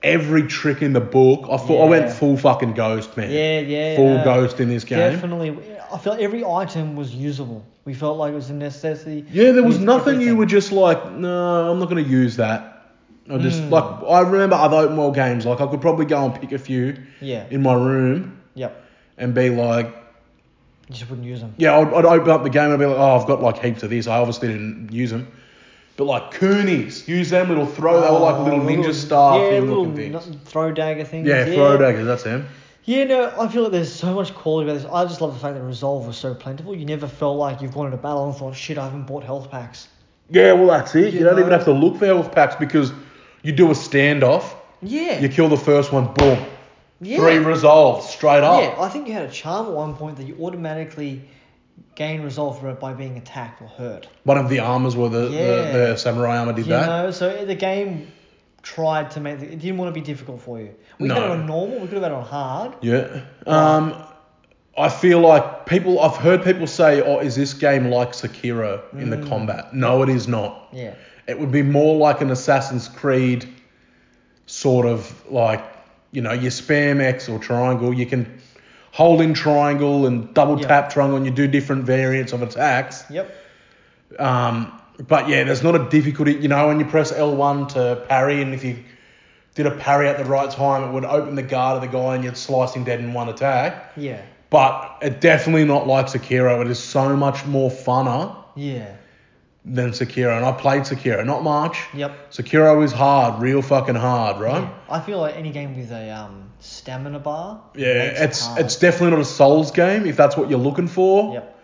A: every trick in the book. I thought I went
B: Yeah.
A: full fucking ghost man.
B: yeah, yeah.
A: Full
B: no.
A: ghost in this game.
B: Definitely, I felt every item was usable. We felt like it was a necessity.
A: Yeah, there was
B: Used
A: nothing you
B: everything.
A: were just like, no, I'm not going to use that. I just
B: Hmm.
A: like I remember other open world games. Like I could probably go and pick a few
B: Yeah.
A: in my room
B: Yep.
A: and be like,
B: You just wouldn't use them.
A: yeah, I'd, I'd open up the game and I'd be like, oh, I've got like heaps of these. I obviously didn't use them, but like coonies, use them. Oh, Little throw. they were like little ninja star
B: yeah,
A: thing
B: Oh, little
A: looking things.
B: n- throw dagger things.
A: yeah, throw daggers. That's them.
B: Yeah, no, I feel like there's so much quality about this. I just love the fact that resolve was so plentiful. You never felt like you've gone into battle and thought, shit, I haven't bought health packs.
A: Yeah, well that's it. You,
B: You
A: don't
B: know?
A: even have to look for health packs because you do a standoff.
B: Yeah.
A: You kill the first one, boom,
B: yeah.
A: three resolved straight up.
B: Yeah, I think you had a charm at one point that you automatically gain resolve for it by being attacked or hurt.
A: One of the armors where the,
B: Yeah.
A: the, the samurai armor did
B: You
A: that.
B: know, so the game tried to make the, it didn't want to be difficult for you. We could
A: No.
B: have it on normal, we could have had it on hard.
A: Yeah. Um, I feel like people. I've heard people say, "Oh, is this game like Sekiro in
B: Mm.
A: the combat?" No, it is not.
B: Yeah.
A: It would be more like an Assassin's Creed sort of like you know you spam X or triangle. You can hold in triangle and double
B: Yeah.
A: tap triangle, and you do different variants of attacks.
B: Yep.
A: Um, but yeah, there's not a difficulty. You know, when you press L1 to parry, and if you did a parry at the right time, it would open the guard of the guy and you'd slice him dead in one attack.
B: Yeah.
A: But it definitely not like Sekiro. It is so much more funner
B: Yeah.
A: than Sekiro. And I played Sekiro, not much.
B: Yep.
A: Sekiro is hard, real fucking hard, right?
B: I feel like any game with a um, stamina bar.
A: Yeah,
B: makes it
A: it's
B: hard.
A: Oh, it's definitely not a Souls game if that's what you're looking for.
B: Yep.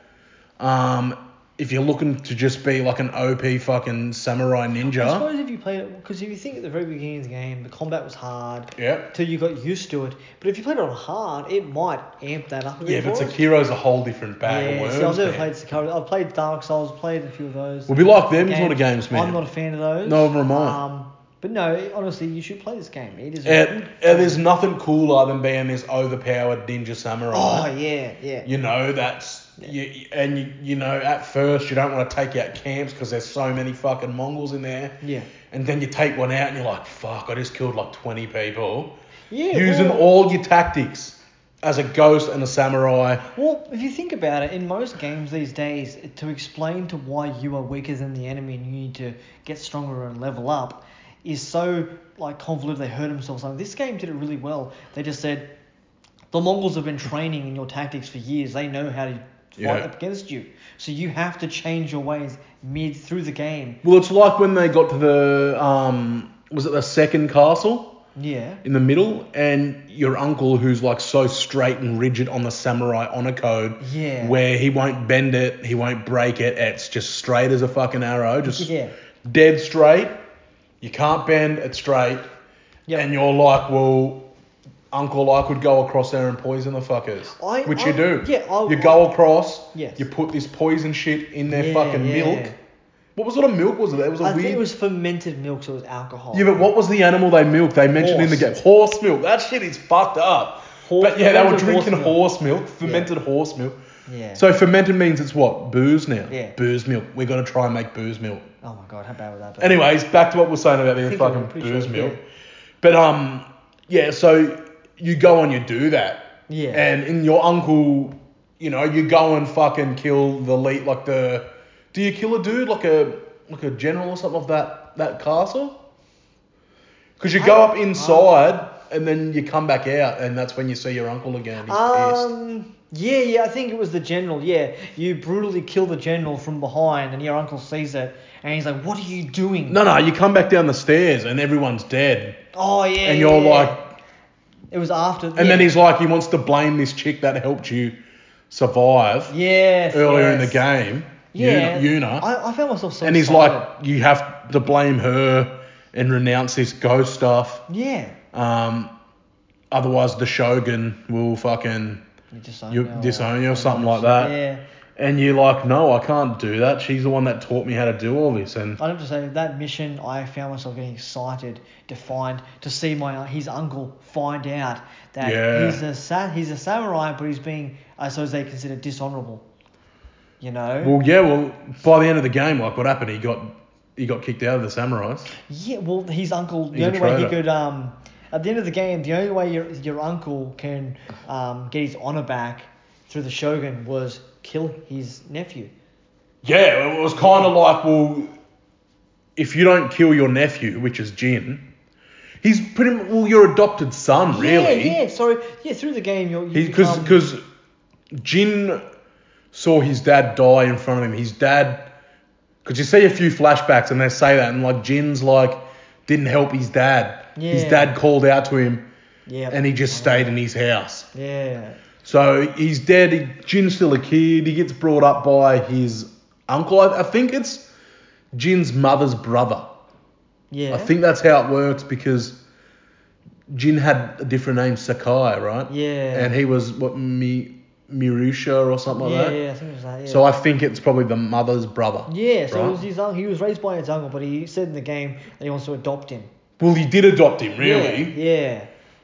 A: Um, if you're looking to just be like an OP fucking samurai
B: I
A: ninja,
B: suppose if you played it, because if you think at the very beginning of the game, the combat was hard
A: yeah.
B: till you got used to it. But if you played it on hard, it might amp that up a bit.
A: Yeah, but
B: for us.
A: Sekiro's a whole different bag of
B: Yeah,
A: worms.
B: see, I've never
A: man.
B: played Sekiro. I've played Dark Souls, played a few of those.
A: We'll be like them sort of games, man.
B: I'm not a fan of those.
A: No, never mind.
B: Um, but no, honestly, you should play this game. It is.
A: And, and there's nothing cooler than being this overpowered ninja samurai.
B: oh yeah, yeah.
A: You know that's you, and you, you know at first you don't want to take out camps because there's so many fucking Mongols in there.
B: Yeah.
A: And then you take one out and you're like, fuck, I just killed like 20 people.
B: Yeah,
A: Using
B: well-
A: all your tactics as a ghost and a samurai.
B: Well, if you think about it, in most games these days, to explain to why you are weaker than the enemy and you need to get stronger and level up, is so like convoluted. They hurt themselves. Like, this game did it really well. They just said, the Mongols have been training in your tactics for years. They know how to fight
A: Yeah.
B: up against you. So you have to change your ways mid through the game.
A: Well, it's like when they got to the um, was it the second castle?
B: Yeah.
A: in the middle, and your uncle who's like so straight and rigid on the samurai honor code,
B: Yeah.
A: where he won't bend it, he won't break it. It's just straight as a fucking arrow, just
B: Yeah.
A: dead straight. You can't bend, it's straight.
B: Yep.
A: And you're like, well, uncle, I could go across there and poison the fuckers,
B: I-
A: which
B: I-
A: you do.
B: yeah, I-
A: you go across.
B: Yes.
A: You put this poison shit in their
B: Yeah,
A: fucking
B: yeah.
A: milk. What was sort of milk was it? It was a
B: I
A: weird.
B: think it was fermented milk, so it was alcohol.
A: Yeah, but what was the animal they milked? They mentioned in the game
B: Horse.
A: horse milk. That shit is fucked up.
B: Horse-
A: but yeah, they were
B: fermented horse
A: drinking
B: milk.
A: horse milk, fermented horse milk.
B: Yeah.
A: So fermented means it's what booze now.
B: Yeah.
A: Booze milk. We're gonna try and make booze milk.
B: Oh my god, how bad would that be?
A: Anyways, back to what we're saying about
B: I
A: the
B: think I'm
A: fucking
B: pretty
A: booze
B: sure,
A: milk.
B: yeah.
A: But um, yeah. So you go and you do that.
B: Yeah.
A: And in your uncle, you know, you go and fucking kill the lead, like the. Do you kill a dude like a like a general or something of that that castle? Because you go
B: Oh,
A: up inside and then you come back out, and that's when you see your uncle again. He's pissed.
B: Um, yeah, yeah, I think it was the general. Yeah, you brutally kill the general from behind, and your uncle sees it, and he's like, "What are you doing?"
A: No, no, you come back down the stairs and everyone's dead,
B: Oh yeah.
A: and you're
B: yeah.
A: like,
B: it was after.
A: and then he's like, he wants to blame this chick that helped you survive
B: yes
A: earlier in the
B: yes.
A: game.
B: Yeah,
A: Yuna. Yuna.
B: I, I found myself so.
A: and he's
B: excited.
A: like, you have to blame her and renounce this ghost stuff.
B: "Yeah."
A: Um, otherwise, the shogun will fucking
B: You disown
A: you,
B: her.
A: disown you or something like that.
B: Yeah,
A: And you're like, no, I can't do that. She's the one that taught me how to do all this. And
B: I'd have to say that mission. I found myself getting excited to find to see my uh, his uncle find out that
A: Yeah.
B: he's a sa- he's a samurai, but he's being uh, I suppose they consider dishonorable. You know.
A: well, yeah, well, by the end of the game, like what happened? He got he got kicked out of the samurais.
B: Yeah, well, his uncle. The
A: He's a
B: only way he
A: traitor.
B: could, um, at the end of the game, the only way your your uncle can um, get his honor back through the shogun was kill his nephew.
A: Yeah, it was kind of like, well, if you don't kill your nephew, which is Jin, he's pretty mu- well your adopted son, really.
B: Yeah, Um, yeah. Sorry. Yeah, through the game, you're. You
A: because
B: become-
A: because Jin saw his dad die in front of him. His dad, because you see a few flashbacks and they say that, and like Jin's like didn't help his dad. His
B: Yeah.
A: dad called out to him,
B: yeah,
A: and he just stayed in his house.
B: Yeah.
A: So he's dead. He, Jin's still a kid. He gets brought up by his uncle. I, I think it's Jin's mother's brother.
B: Yeah.
A: I think that's how it works because Jin had a different name, Sakai, right?
B: Yeah.
A: And he was what Mi, Mirusha or something
B: yeah,
A: like that.
B: yeah, I think it was that. Yeah.
A: So I think it's probably the mother's brother.
B: yeah, so
A: right?
B: it was his uncle. He was raised by his uncle, but he said in the game that he wants to adopt him.
A: well, he did adopt him really
B: Yeah.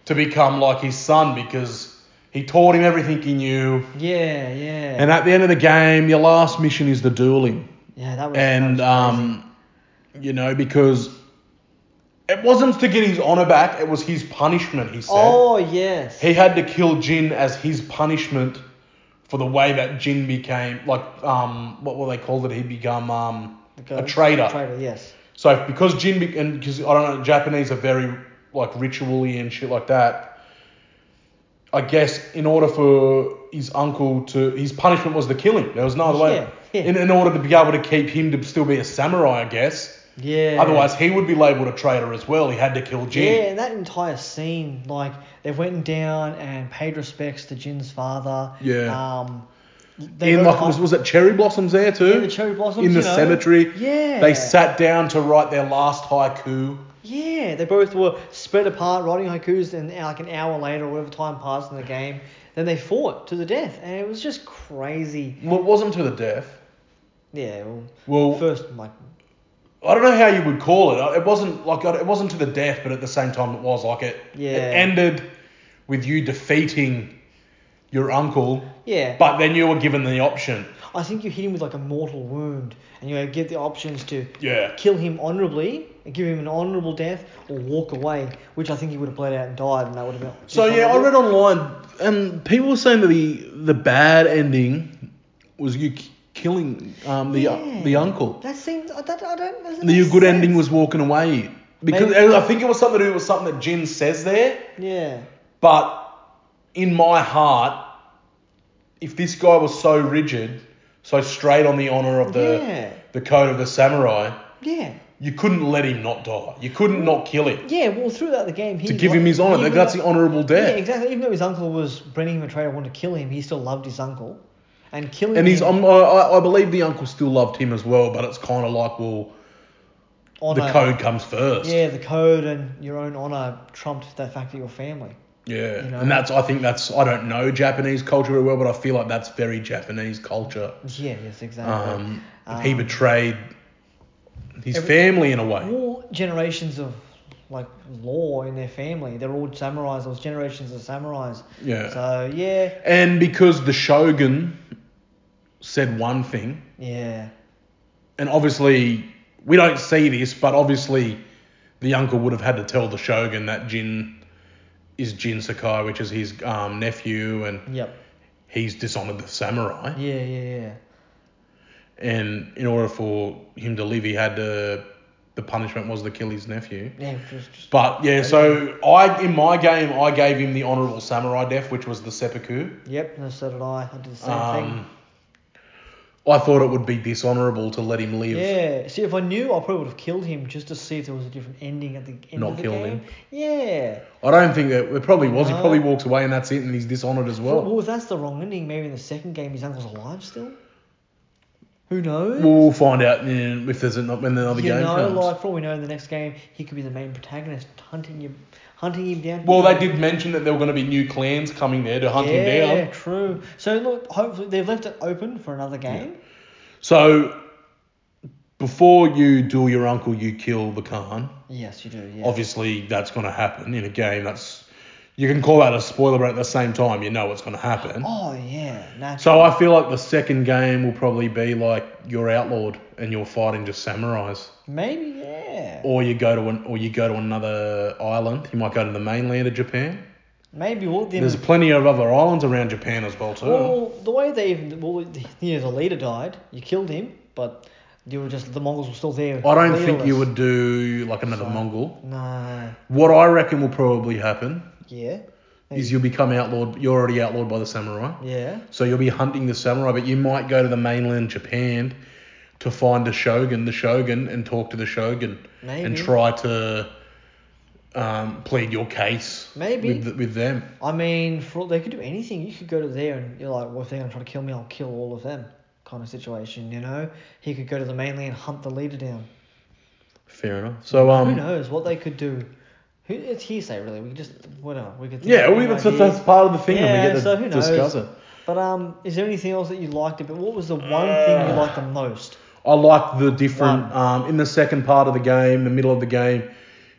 A: to become like his son because he taught him everything he knew.
B: Yeah. Yeah. Yeah.
A: And at the end of the game, your last mission is to duel him.
B: yeah, that was.
A: and
B: that was crazy.
A: um, you know because it wasn't to get his honor back; it was his punishment. He said
B: oh yes.
A: uh, he had to kill Jin as his punishment for the way that Jin became like um what were they called it? He become um a traitor.
B: Traitor. Yes.
A: So because Jin be- and because I don't know Japanese are very like ritually and shit like that. I guess in order for his uncle to his punishment was the killing. There was no other way.
B: Yeah, yeah.
A: In, in order to be able to keep him to still be a samurai, I guess.
B: Yeah.
A: Otherwise, he would be labelled a traitor as well. He had to kill Jin.
B: Yeah, and that entire scene, like they went down and paid respects to Jin's father.
A: Yeah.
B: Um, They
A: in
B: wrote
A: like
B: li-
A: was, was it cherry blossoms there too?
B: Yeah, the cherry blossoms
A: in the
B: you know.
A: cemetery.
B: Yeah.
A: They sat down to write their last haiku.
B: Yeah, they both were spread apart, writing haikus, and uh, like an hour later, or whatever time passed in the game, then they fought to the death, and it was just crazy.
A: Well, it wasn't to the death.
B: Yeah, well,
A: Well,
B: first like
A: I don't know how you would call it. It wasn't like it wasn't to the death, but at the same time, it was like it.
B: Yeah.
A: It ended with you defeating your uncle,
B: yeah,
A: but then you were given the option.
B: I think you hit him with like a mortal wound, and you get the options to
A: Yeah.
B: kill him honorably and give him an honorable death, or walk away, which I think he would have bled out and died, and that would have been.
A: So yeah, I read online, and people were saying that the the bad ending was you k- killing um, the
B: Yeah.
A: the uncle.
B: That seems that I don't. That
A: The good ending was walking away because
B: Maybe-
A: I think it was something to do with something that Jin says there.
B: Yeah.
A: But in my heart, if this guy was so rigid, so straight on the honor of the
B: Yeah.
A: the code of the samurai,
B: Yeah.
A: you couldn't let him not die. You couldn't not kill him
B: Yeah, well, throughout the game, he
A: to give him his honor.
B: he-
A: that's the honorable
B: Yeah,
A: death.
B: exactly. Even though his uncle was bringing him a traitor, wanted to kill him, he still loved his uncle, and killing
A: And he's, um,
B: him
A: I, I I believe the uncle still loved him as well, but it's kind of like, well,
B: on
A: the code comes first.
B: Oh, Yeah, the code and your own honor trumped the fact that you're family.
A: Yeah.
B: You know?
A: And that's, I think that's, I don't know Japanese culture very well, but I feel like that's very Japanese culture.
B: Yeah, yes, exactly.
A: Um, he
B: Um,
A: betrayed his
B: every-
A: family in a way.
B: all generations of like law in their family. They're all samurais. There was generations of samurais.
A: Yeah.
B: So yeah,
A: And because the shogun said one thing,
B: yeah,
A: and obviously we don't see this, but obviously the uncle would have had to tell the shogun that Jin is Jin Sakai, which is his um, nephew, and
B: yep,
A: he's dishonored the samurai.
B: yeah, yeah, yeah.
A: And in order for him to live, he had to. The punishment was to kill his nephew.
B: Yeah, just, just
A: But yeah, so I in my game I gave him the honorable samurai death, which was the seppuku.
B: yep. No, so did I. I did the same
A: Um, I thought it would be dishonorable to let him live.
B: thing. Yeah. See, if I knew, I probably would have killed him just to see if there was a different ending at the end
A: Not
B: of the
A: killed
B: game.
A: him.
B: Yeah.
A: I don't think that it probably was. He
B: No.
A: probably walks away and that's it, and he's dishonored as
B: Well,
A: well.
B: if that's the wrong ending, maybe in the second game his uncle's alive still. Who knows?
A: We'll, we'll find out in, if there's another when another
B: you
A: game
B: know,
A: comes.
B: like for all we know, in the next game he could be the main protagonist, hunting him, hunting him down.
A: well, they did mention that there were going to be new clans coming there to hunt
B: yeah,
A: him down.
B: true. So look, hopefully they've left it open for another game.
A: So before you duel your uncle, you kill the Khan.
B: Yes, you do. Yeah.
A: Obviously, that's going to happen in a game. That's you can call that a spoiler, but at the same time, you know what's going to happen.
B: Oh yeah, naturally.
A: So I feel like the second game will probably be like you're outlawed and you're fighting just samurais,
B: maybe yeah.
A: or you go to an, or you go to another island. You might go to the mainland of Japan.
B: Maybe we'll then.
A: There's plenty of other islands around Japan as well too.
B: well, the way they even well, the- you know, the leader died. You killed him, but you were just the Mongols were still there.
A: I don't think you
B: leaderless.
A: would do like another Mongol.
B: No.
A: What I reckon will probably happen
B: Yeah.
A: is you'll become outlawed. You're already outlawed by the samurai,
B: Yeah.
A: so you'll be hunting the samurai. But you might go to the mainland Japan to find a shogun, the shogun, and talk to the shogun.
B: Maybe.
A: and try to um, plead your case
B: Maybe.
A: with, th- with them.
B: I mean, for, all- they could do anything. You could go to there and you're like, well, if they're going to try to kill me, I'll kill all of them kind of situation, you know? He could go to the mainland, hunt the leader down.
A: Fair enough. So
B: Who
A: um,
B: knows what they could do? Who, it's hearsay, really. We just, whatever. We could think
A: yeah,
B: of
A: we,
B: any
A: that's, that's
B: ideas.
A: part of the thing, and
B: Yeah,
A: we get to
B: so who knows?
A: discuss it.
B: But um, is there anything else that you liked about What was the one thing
A: Uh.
B: you liked the most?
A: I like the different um, in the second part of the game, the middle of the game,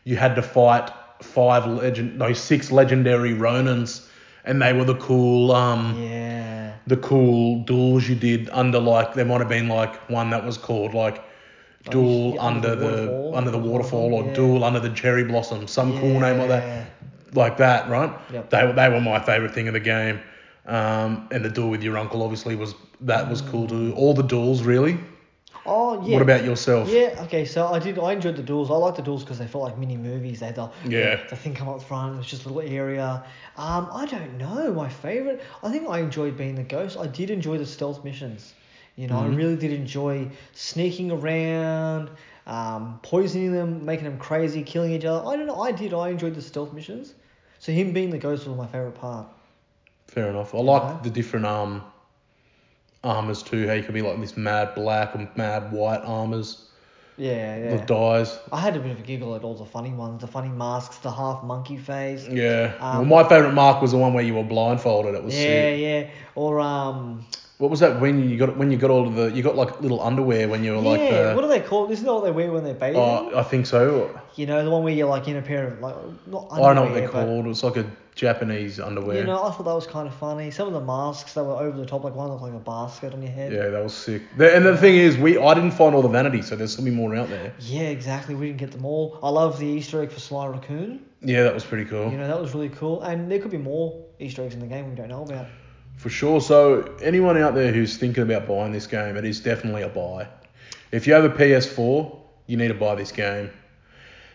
A: you had to fight five legend, no six legendary Ronins, and they were the cool um,
B: Yeah.
A: the cool duels you did under like there might have been like one that was called like duel
B: Oh, yeah,
A: under the under the waterfall or
B: yeah.
A: duel under the cherry blossom some cool name like
B: Yeah.
A: that like that right
B: Yep.
A: they were they were my favorite thing in the game um and the duel with your uncle obviously was that was cool too all the duels really
B: Oh, Mm. yeah.
A: what about yourself
B: Yeah. Okay. So I did. I enjoyed the duels. I liked the duels because they felt like mini movies. They had the
A: Yeah.
B: the thing come up front. It was just a little area. Um, I don't know. My favorite. I think I enjoyed being the ghost. I did enjoy the stealth missions. You know,
A: Mm-hmm.
B: I really did enjoy sneaking around, um, poisoning them, making them crazy, killing each other. I don't know. I did. I enjoyed the stealth missions. So him being the ghost was my favorite part. Uh-huh.
A: fair enough i like
B: Yeah.
A: the different um armors too. How you can be like this mad black and mad white armors
B: Yeah, yeah.
A: with dyes.
B: I had a bit of a giggle at all the funny ones, the funny masks, the half monkey
A: Mm,
B: face.
A: Yeah.
B: Um,
A: well, my favorite mark was the one where you were blindfolded. It was
B: Yeah,
A: sick.
B: yeah. Or um,
A: What was that when you got when you got all of the you got like little underwear when you were like
B: yeah.
A: the
B: what are they called? Isn't that what they wear when they're bathing?
A: oh, I think so.
B: you know, the one where you're like in a pair of like not underwear,
A: I don't know what they're
B: but,
A: called. It's like a Japanese underwear.
B: You know, I thought that was kind of funny. Some of the masks that were over the top, like one looked like a basket on your head.
A: yeah, that was sick. The, and the thing is, we I didn't find all the vanity, so there's still be more out there.
B: Yeah, exactly. We didn't get them all. I love the Easter egg for Sly Raccoon.
A: Yeah, that was pretty cool.
B: You know, that was really cool. And there could be more Easter eggs in the game we don't know about.
A: For sure. So anyone out there who's thinking about buying this game, it is definitely a buy. If you have a PS4, you need to buy this game.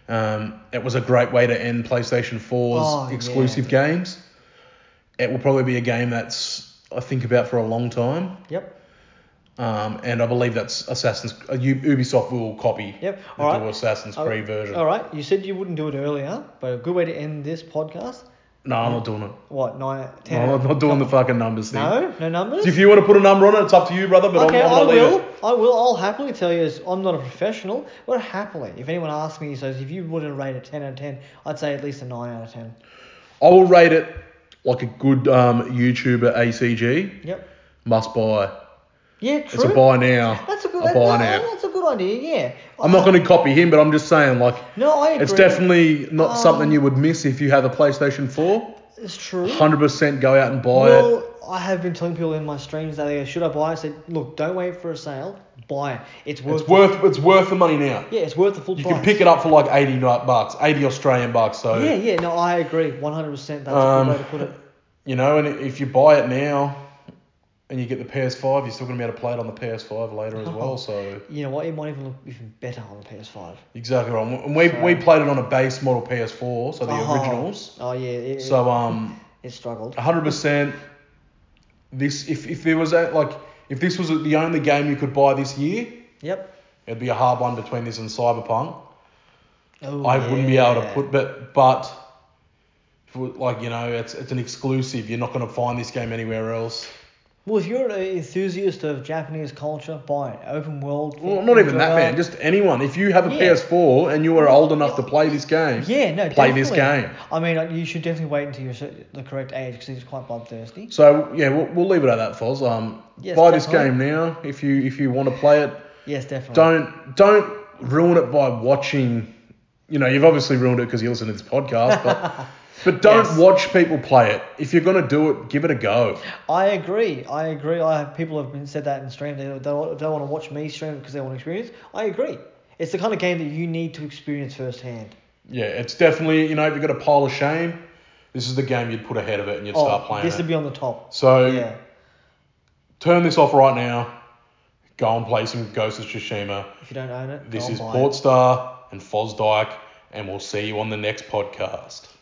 A: Um, it was a great way to end PlayStation 4's
B: Oh,
A: exclusive games. It will probably be a game that's I think about for a long time,
B: Yep.
A: um, and I believe that's Assassin's uh, U- Ubisoft will copy
B: Yep.
A: the
B: All right.
A: do Assassin's
B: All-
A: Creed version.
B: All right. You said you wouldn't do it earlier, but a good way to end this podcast.
A: No, I'm not doing it.
B: What nine?
A: No,
B: Ten?
A: I'm not doing the fucking numbers thing.
B: No, no numbers.
A: If you want to put a number on it, it's up to you, brother. But
B: okay,
A: I'm, I'm
B: I
A: gonna leave
B: will.
A: it.
B: I will. I'll happily tell you. Is I'm not a professional, but happily, if anyone asks me, says if you wouldn't rate a ten out of ten, I'd say at least a nine out of ten.
A: I will rate it like a good um, YouTuber ACG.
B: Yep.
A: Must buy.
B: Yeah, true.
A: It's a buy now.
B: That's a good.
A: A
B: that-
A: buy
B: no,
A: now.
B: That's a good idea. Yeah.
A: I'm not going to copy him, but I'm just saying, like,
B: No, I agree.
A: it's definitely not
B: Um,
A: something you would miss if you have a PlayStation 4.
B: It's true.
A: 100% go out and buy it.
B: Well, I have been telling people in my streams that they go, should I buy? it?" I said, look, don't wait for a sale. Buy it. It's worth.
A: It's worth it's worth the money now.
B: yeah, it's worth the full
A: You
B: price.
A: can pick it up for like 80 nut bucks, 80 Australian bucks. So,
B: Yeah, yeah, no, I agree, 100%. That's
A: Um,
B: a good way to put it.
A: you know, and if you buy it now and you get the PS5, you're still going to be able to play it on the PS5 later as well. So,
B: You know what? It might even look even better on the PS5.
A: exactly right. And we, we played it on a base model PS4, so the
B: Oh.
A: originals.
B: Oh yeah, it, so,
A: So um,
B: it struggled.
A: hundred percent. This if if there was a, like if this was the only game you could buy this year,
B: Yep.
A: it'd be a hard one between this and Cyberpunk.
B: Oh,
A: I wouldn't be able to
B: yeah.
A: put, but but if it was- like you know, it's it's an exclusive. You're not gonna find this game anywhere else.
B: Well, if you're an enthusiast of Japanese culture, buy it. Open world.
A: Well, not even that
B: enjoy
A: man.
B: it.
A: Just anyone. If you have a
B: Yeah.
A: PS4 and you are old enough to play this game,
B: yeah, no.
A: play this
B: definitely.
A: game.
B: I mean, like, you should definitely wait until you're s- the correct age because it's quite bloodthirsty.
A: So yeah, we'll, we'll leave it at that, Foz. Um,
B: Yes,
A: buy this game
B: definitely.
A: now if you if you want to play it.
B: Yes, definitely.
A: don't don't ruin it by watching. You know, you've obviously ruined it because you listen to this podcast, but but don't
B: Yes.
A: watch people play it. If you're gonna do it, give it a go.
B: I agree. I agree. I have people have been said that in stream. They don't, they don't want to watch me stream because they want to experience. I agree. It's the kind of game that you need to experience firsthand.
A: Yeah, it's definitely you know if you've got a pile of shame, this is the game you'd put ahead of it and you'd start
B: Oh,
A: playing
B: this
A: it.
B: would be on the top.
A: so
B: Yeah.
A: turn this off right now. Go and play some Ghost of Tsushima.
B: If you don't own it,
A: This
B: go
A: is
B: and buy it.
A: Portstar and Fosdyke, and we'll see you on the next podcast.